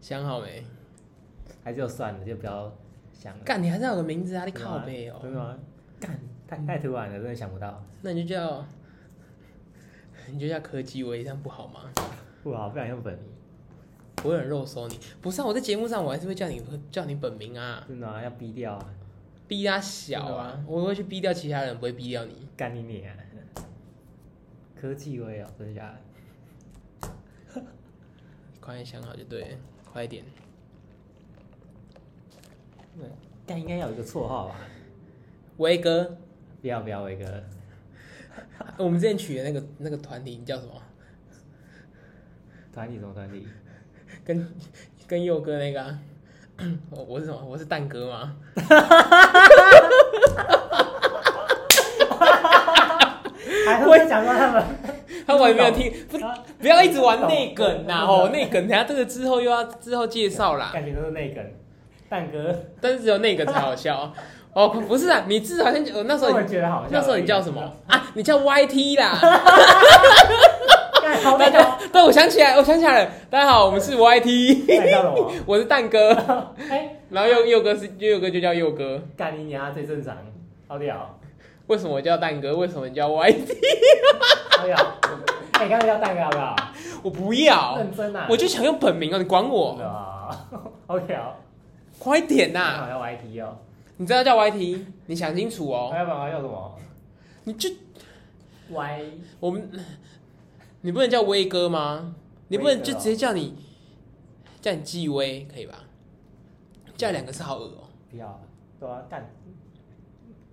想好没？还是就算了，就不要想了。干，你还是要有个名字啊！你真的吗靠背哦、真的吗？干，太太突然了，真的想不到。那你就叫，你就叫柯基威，这样不好吗？不好，不想用本名，我会很肉搜你。不是、啊，我在节目上我还是会叫你叫你本名啊，真的啊要逼掉啊，逼他小真的啊吗，我会去逼掉其他人，不会逼掉你。干你脸、啊。科技威哦，真的假的？快点想好就对了，快一点。干应该要有一个绰号吧？威哥，不要不要，威哥，我们之前取的那个那个团体叫什么？团体什 么团体？跟跟佑哥那个、啊， 我我是什么？我是蛋哥吗？还会讲到他们，他完全没有听，不啊不要一直玩内梗呐、啊哦，内梗，等下这个之后又要之后介绍啦。感觉都是内梗。蛋哥，但是只有那个才好笑。哦，不是啊，你至少先，我那时候我你觉得好笑。那时候你叫什哦么？啊？你叫 YT 啦。干？好大大家 家，对，我想起来，我想起来了。大家好，我们是 YT，那你叫什么？我是蛋哥，哎，然后佑佑哥是佑哥就叫佑哥。干你娘，最正常。好屌，为什么我叫蛋哥？为什么你叫 YT？好屌。哎，你刚才叫蛋哥好不好？我不要，认真啊！我就想用本名哦，你管我？ 啊，好屌，快点那呐、好像 YT 哦，你知道叫 YT，你想清楚哦。还有办法叫什么你就 Y？我们，你不能叫威哥吗？你不啊能就直接叫你叫你纪威可以吧？叫两个是好恶哦、不要，对啊，干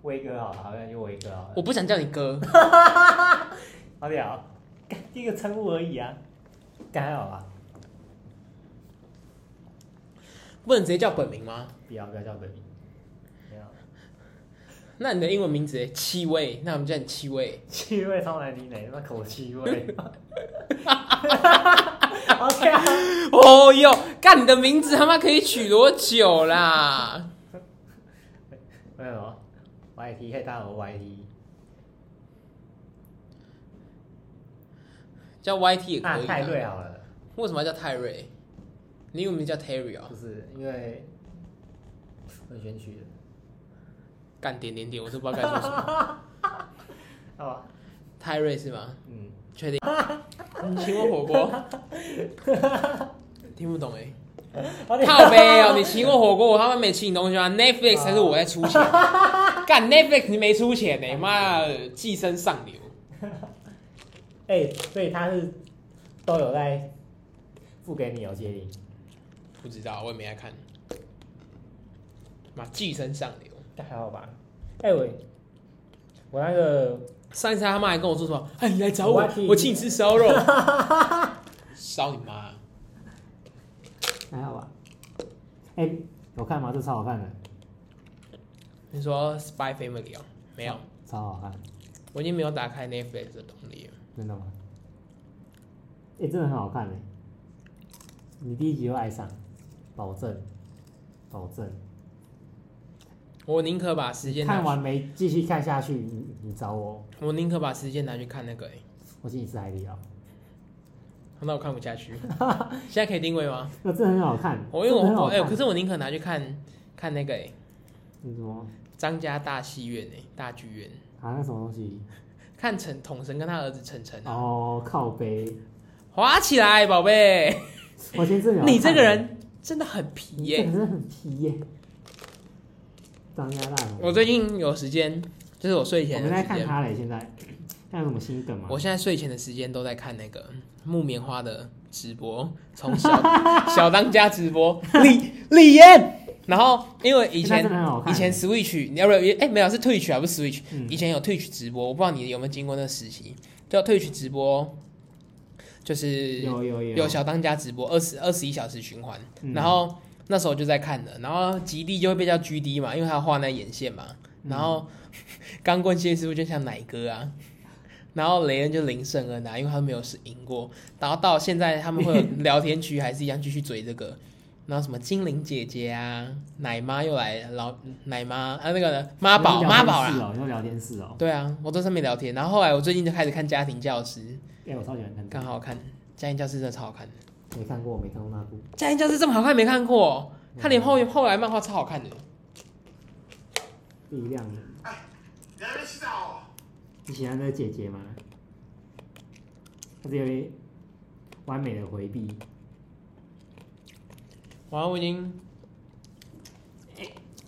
威哥好了，好像就威哥好了我，不想叫你哥，好屌，干第一个称呼而已啊，干还好吧？不能直接叫本名吗？不要不要叫本名，没有，那你的英文名字戚薇，那我们叫你戚薇。气味超难听的，他妈口 气味， 好屌，哦哟，干你的名字他妈可以取多久啦？没有什么 YT，嘿，大家好我是 YT，叫 YT 也可那以、泰啊。瑞好了，为什么要叫泰瑞？你英文名叫 Terry 哦不。是因为很选取的，干点点点，我都不知道该说什 么。好吧，泰瑞是吗？嗯。确定？你请我火锅。 听不懂哎、好屌 靠背哦，你请我火锅，我他妈没请你东西吗？Netflix 还是我在出 钱？干 Netflix 你没出钱呢、妈的寄生上流。哎、所以他是都有在付给你有哦接力，不知道，我也没来看。妈，寄生上流。但还好吧？哎、我我那个上一次他妈还跟我说什么？哎，你来找我我要去，我请你吃烧 肉。烧你妈！还好吧？哎、有看吗？这超好看的，你说 Spy Family 哦？没有，超好看，我已经没有打开 Netflix 的动力了。真的吗？哎、真的很好看哎、你第一集就爱上，保证，保证。我宁可把时间拿看完没？继续看下去，你你找我，我宁可把时间拿去看那个、欸，我请你吃海底捞。那我看不下 去。现在可以定位吗？那真的很好看，我因真为的我很我好哎、看。可是我宁可拿去看看那个哎、你什么张家大戏院哎、大剧院，啊？那什么东西？看陈统神跟他儿子晨晨啊，哦，靠背。滑起来宝贝，我先这里。你这个，人真的很皮你耶、这个人很皮耶、张家大我最近有时间，就是我睡我前们的在时看间，他嘞，现在看有什么新梗吗？我现在睡前的时间都在看那个木棉花的直播，从 小小当家直播，李李嫣。然后，因为以欸那前真的很好看以前 Switch，你要不要？哎，没有是 Twitch 啊，不是 Switch。嗯以前有 Twitch 直播，我不知道你有没有经过那个时期，叫 Twitch 直播，就是有有有有小当家直播，二十二十一小时循环。嗯然后那时候我就在看的，然后极地就会被叫 GD 嘛，因为他画那眼线嘛。嗯然后 钢棍谢师傅就像奶哥啊，然后雷恩就林胜恩啊，因为他没有是赢过。然后到现在他们 会有聊天区，还是一样继续追这个。然后什么精灵姐姐啊，奶妈又来了，老奶妈啊那个妈宝妈宝啦，啦，你哦说聊天室哦、对啊，我都在上面聊天。然后后来我最近就开始看家庭教师，哎、我超喜欢看，刚好看家庭教师真的超好看的。没看过，没看过那部。 《家庭教师》这么好看没看过？他连后后来漫画超好看的。力量，やる気だよ你喜欢这个姐姐吗？她是有点完美的回避，完了，我已经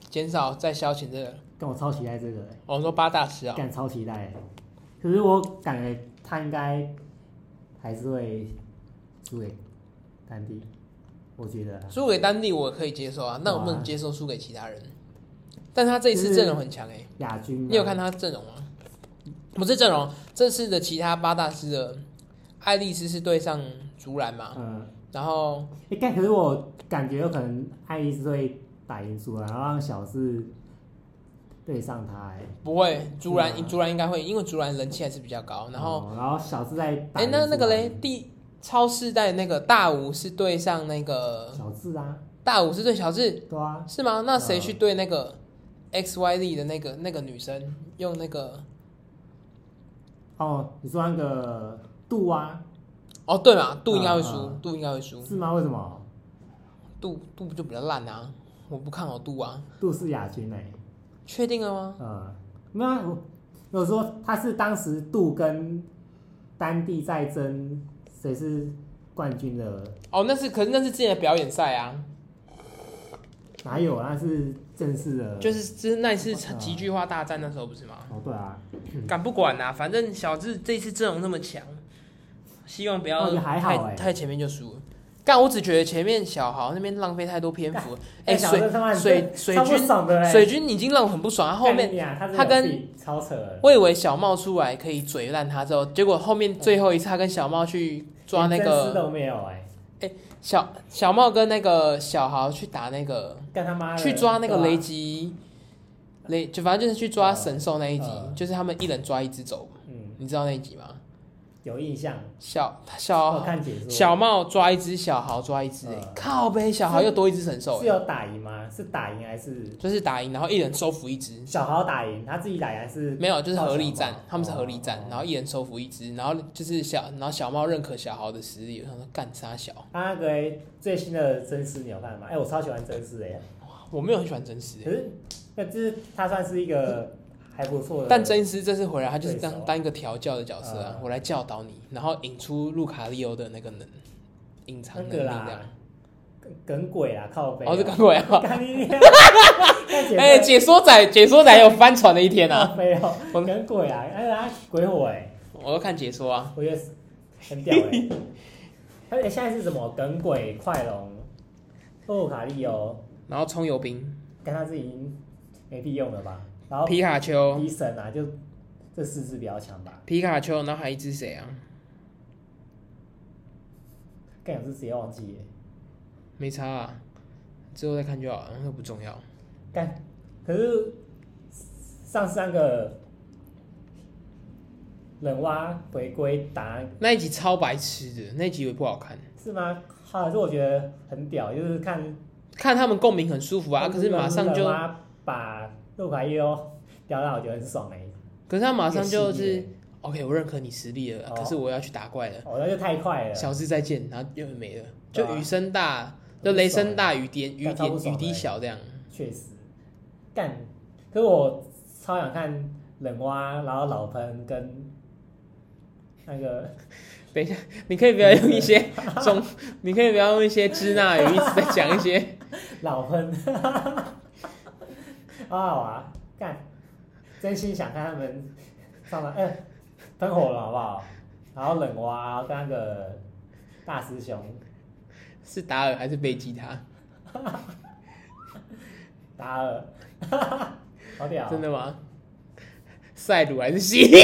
减少再消遣这个了。但我超期待这个、欸，我、们说八大师啊，干超期待、欸。可是我感觉她应该还是会输给丹帝，我觉得啊。输给丹帝我可以接受啊，那我不能接受输给其他人。但他这一次阵容很强哎、亚军啊，你有看他阵容吗？不是阵容，这次的其他八大师的爱丽丝是对上竹篮嘛，嗯，然后哎、但可是我感觉有可能爱丽丝会打赢输了，然后让小智对上他、欸，不会竹篮是吗竹篮应该会赢，因为竹篮人气还是比较高。然后哦然后小智在打哎、赢那那个竹篮嘞，第超世代那个大五是对上那个小智啊，大五是对小智，对啊，是吗？那谁嗯去对那个 X Y Z 的那个那个女生用那个？哦，你说那个杜啊，哦，对嘛，杜应该会输，嗯杜应该会输，是吗？为什么？杜杜就比较烂啊，我不看好杜啊。杜是亚军哎、确定了吗？呃，没有、啊，我有说他是当时杜跟丹帝在争谁是冠军的，哦，那是可是那是之前的表演赛啊，哪有？那是正式的，就是就是那一次嗯极巨化大战那时候不是吗？哦对啊，敢不管啊，反正小智这次阵容那么强，希望不要哦也还好太、欸太前面就输了。干，我只觉得前面小豪那边浪费太多篇幅。哎、小水智他妈水水超不军爽的嘞，欸水军已经让我很不爽，他后面哎干你啊他这他跟有病超扯了，我以为小茂出来可以嘴烂他之后，结果后面最后一次他跟小茂去抓那连真丝个都没有哎、小小茂跟那个小豪去打那个干他妈的去抓那个对啊哦雷吉，雷就反正就是去抓神兽那一集嗯，就是他们一人抓一只走，嗯，你知道那一集吗？有印象，小我小看解哦说哦小茂抓一只，小豪抓一只，哎嗯靠呗，小豪又多一只神兽欸是，有打赢吗？是打赢还是就是打赢，然后一人收服一只，小豪打赢？他自己打赢还是没有，就是合力靠小战猫，他们是合力战哦，然后一人收服一只，然后就是小，然后小猫认可小豪的实力，他说干杀小，他那个欸最新的真丝你有看吗？哎、我超喜欢真丝哎、我没有很喜欢真丝欸可，是那就是他算是一个还不错的，但真丝这次回来，他就是对当手当一个调教的角色啊，嗯我来教导你，然后引出路卡利欧的那个能隐藏那能力个这啦样，，梗梗鬼啦，靠背、啊哦，是刚过来吗？ 干你娘！哎，解说仔，解说仔有翻船的一天啊！靠背哦、我梗鬼啊，哎、他鬼火哎、我都看解说啊，我觉得很屌哎、 欸。他哎、现在是什么耿鬼快龙、欧卡利哦，然后葱油饼、但他是已经没屁用了吧？然后皮卡丘、皮神啊，就这四只比较强吧。皮卡丘，然后还一只谁啊？干我是直接忘记耶。没差啊，之后再看就好了，那不重要。干，可是上次那个冷蛙回归打那一集超白痴的，那一集也不好看。是吗？好，可是我觉得很屌，就是看看他们共鸣很舒服啊，可是马上就冷，蛙把路卡利哦屌到，我觉得很爽哎、欸。可是他马上就一个系是列 OK，我认可你实力了，哦可是我要去打怪了。哦，那就太快了。小智再见，然后又没了，对就啊雨声大，就很不爽哎雷声大，雨点雨但超点不爽雨滴的欸小这样。确实，干，可是我超想看冷蛙，然后老喷跟那个你可以不要用一 些中，你可以不要用一些支那语一直在讲一些。老喷， 好好玩啊，干，真心想看他们上来，哎、喷火了好不好？然后冷蛙跟那个大师兄是达尔还是贝吉他？达尔， 好屌、真的吗？赛鲁还是西 利？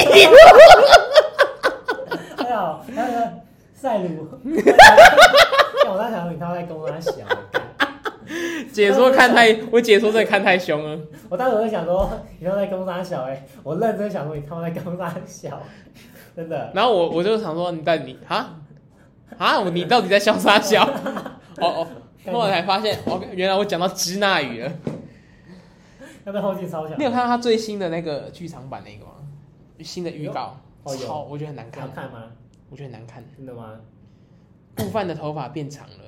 哎呦，那个赛鲁， 干我在想你他在跟我在想，干解说看太，我解说真的看太凶了。我当时会想说，你他妈在攻杀小哎、我认真想说，你他妈在攻杀小，真的。然后我我就想说，你到底啊啊，我你到底在笑啥笑？哦哦，后来才发现，哦，原来我讲到支那语了。那在后劲超强。你有看到他最新的那个剧场版那个吗？新的预告，有哦有超我觉得很难你要看，看吗？我觉得很难看。真的吗？悟饭的头发变长了，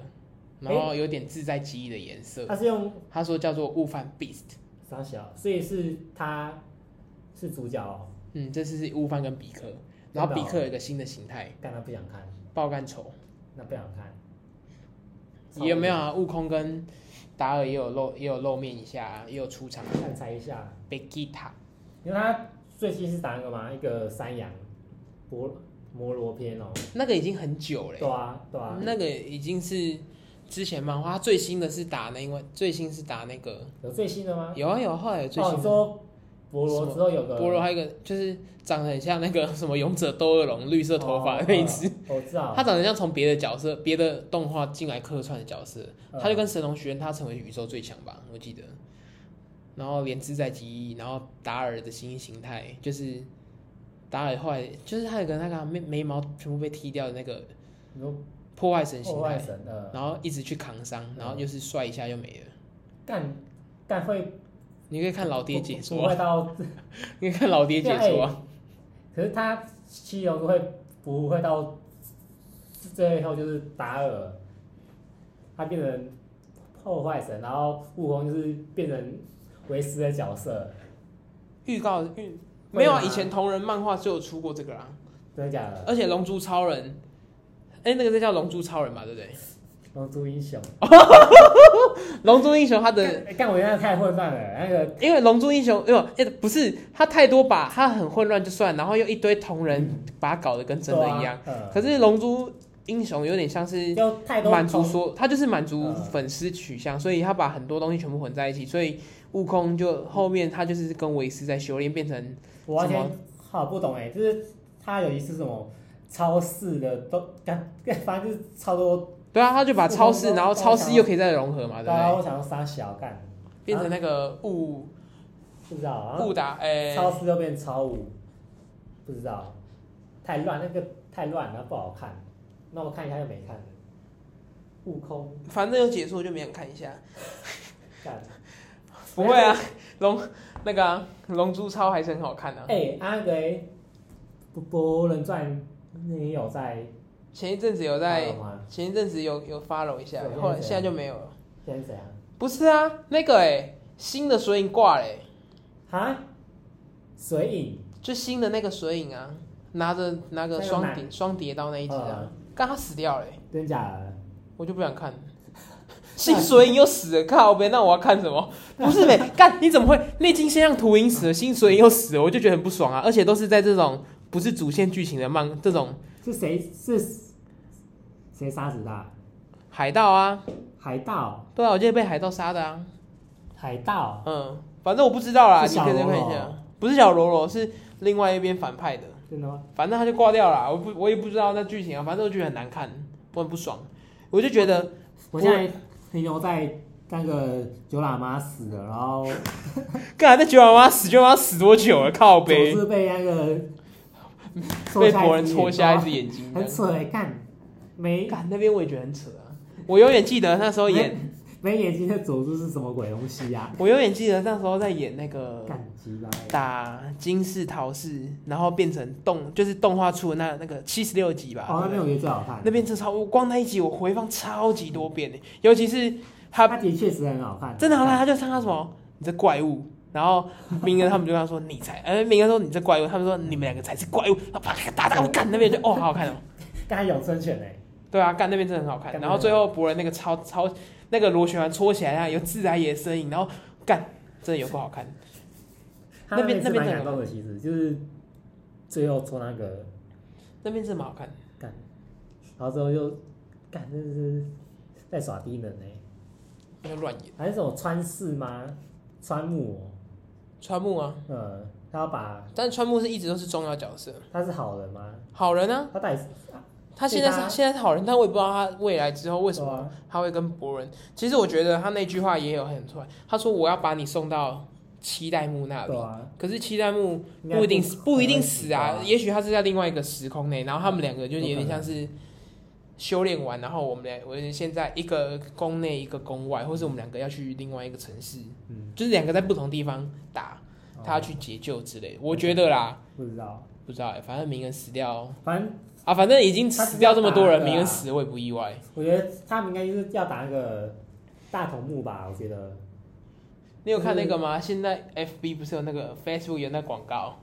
然后有点自在记忆的颜色。他是用他说叫做悟饭 Beast，傻小，所以是他是主角哦，嗯，这次是悟饭跟比克，然后比克有一个新的形态，但他不想看，爆干丑。那不想看。也没有啊，悟空跟达尔也有露也有露面一下，啊也有出场。看猜一下，贝吉塔，因为他最新是打那个嘛，一个山羊摩摩罗篇哦，那个已经很久了欸、对啊对啊，那个已经是之前漫画，它最新的是打那因为最新是打那个有最新的吗？有啊有啊，后来有最哦，新你的。说博罗之后有个菠萝还有一个就是长得很像那个什么勇者斗恶龙绿色头发哦的那一只，哦我知道，它长得像从别的角色、别的动画进来客串的角色，嗯他就跟神龙学院他成为宇宙最强吧，我记得。然后连自在记忆，然后达尔的新形态就是达尔后来就是他有个那个眉眉毛全部被剃掉的那个你说破坏神形嗯哦破坏态，神的然后一直去扛伤，然后就是帅一下就没了。干干会你可以看老爹解不说会啊，到，你可以看老爹解说啊。可是他七龙珠会不会到最后就是达尔，他变成破坏神，然后悟空就是变成为师的角色，预告预没有啊，会吗以前同人漫画就有出过这个啊，真的假的？嗯而且《龙珠超人》，哎，那个就叫《龙珠超人》吧，对不对？龙珠英雄， 《龙珠英雄》它的干干我原来太混乱了，那个因为《龙珠英雄》哎呦，哎、不是，它太多把，它很混乱就算，然后又一堆同人把它搞得跟真的一 样。，对啊可是《龙珠英雄》有点像嗯，是就太多满足同说，它就是满足嗯粉丝取向，所以它把很多东西全部混在一起，所以悟空就后面他就是跟维斯在修炼，变成我完什全好不懂哎、就是他有一次什么超市的都干，干反正就是超多，对啊，他就把超市，悟空然后超市又可以再融合嘛，对啊不然后对？我想要杀小干，啊变成那个悟不知道，然后悟达，哎、超市又变超五，不知道，太乱那个太乱了不好看，那我看一下就没看了。悟空反正有解说就没想看一下。干， 不会啊， 龙那个啊龙、珠超还是很好看的、啊。哎、阿雷不博人传你有在前一阵子有看在了吗？前一阵子有有 follow 一下对，后来对现在就没有了。现在是怎样？不是啊，那个哎、新的水影挂嘞、哈？水影就新的那个水影啊，拿着那个那个双男叠双叠刀那一只啊嗯，刚、他死掉嘞、欸真假的？我就不想 看。新水影又死了，靠呗，那我要看什 么？不是呗，干你怎么会？内镜先让图影死了，新水影又死了，我就觉得很不爽啊！而且都是在这种不是主线剧情的漫这种是谁是谁杀死他？海盗啊，海盗，对啊，我记得被海盗杀的啊。海盗，嗯，反正我不知道啦，是你小可以再喽看啰啊一下。不是小喽啰，是另外一边反派的，真的吗？反正他就挂掉了。我不，我也不知道那剧情啊，反正我觉得很难看，我很不爽。我就觉得我现在停留在那个九喇嘛死了，然后干嘛那九娃娃死就要死多久了？靠总背是被那个 被博人戳瞎一只眼眼睛睛，这很样，扯哎，看没干那边我也觉得很扯啊。我永远记得那时候演，没眼睛的佐助是什么鬼东西呀？我永远记得那时候在演那个干鸡巴欸！打金氏桃氏，然后变成动就是动画出的那那个七十六集吧。哦，那对不对边我觉得最好看，那边真的超，我光那一集我回放超级多遍呢，尤其是他它的确是很好看，真的好看，他就唱他什么你这怪物，然后明哥他们就跟他说你才，呃明哥说你这怪物，他们说你们两个才是怪物，他啪打打我干那边就哦好好看哦，刚才咏春拳哎，对啊干那边真的很好看，干然后最后博人那个超超那个螺旋丸搓起来啊有自来也的身影，然后干真的有够好看，它那边是那边蛮真的感动的，其实就是最后戳那个。那边真的蛮好看的，然后之后就干，真的是在耍低能呢、欸那个乱演还是什么川氏吗？川木、川木啊，哦，嗯，他要把但川木是一直都是重要角色，他是好人吗？好人啊，他到底是他现在对他是现在是好人，但我也不知道他未来之后为什么对啊他会跟博人。其实我觉得他那句话也有很突然，他说我要把你送到七代目那里对。啊，可是七代目应该不一定不一定死啊，不会也许他是在另外一个时空内，然后他们两个就有有点可像能是修炼完，然后我们俩我们现在一个宫内一个宫外，或是我们两个要去另外一个城市，嗯，就是两个在不同地方打，他要哦嗯去解救之类的。我觉得啦，不知道，不知道欸、反正鸣人死掉，反正啊，反正已经他只死掉这么多 人，打的啊鸣人死我也不意外。我觉得他们应该就是要打那个大头目吧，我觉得。你有看那个吗？现在 FB 不是有那个 Facebook 有那广告，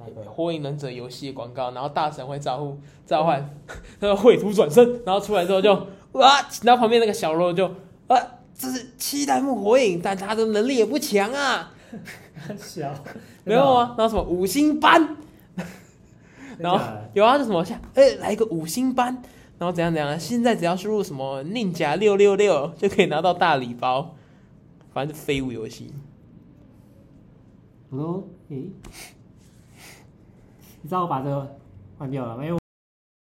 那《 个火影忍者》游戏广告，然后大神会招呼召唤， 他说秽土转身，然后出来之后就哇，然后旁边那个小喽啰就啊，这是七代目火影，但他的能力也不强啊，小 没有？啊，然后什么五星班，然后有啊，就什么像哎、来一个五星班，然后怎样怎样，现在只要输入什么宁甲六六六就可以拿到大礼包，反正就废物游戏。 我说，诶、你知道我把这个换掉了吗？因为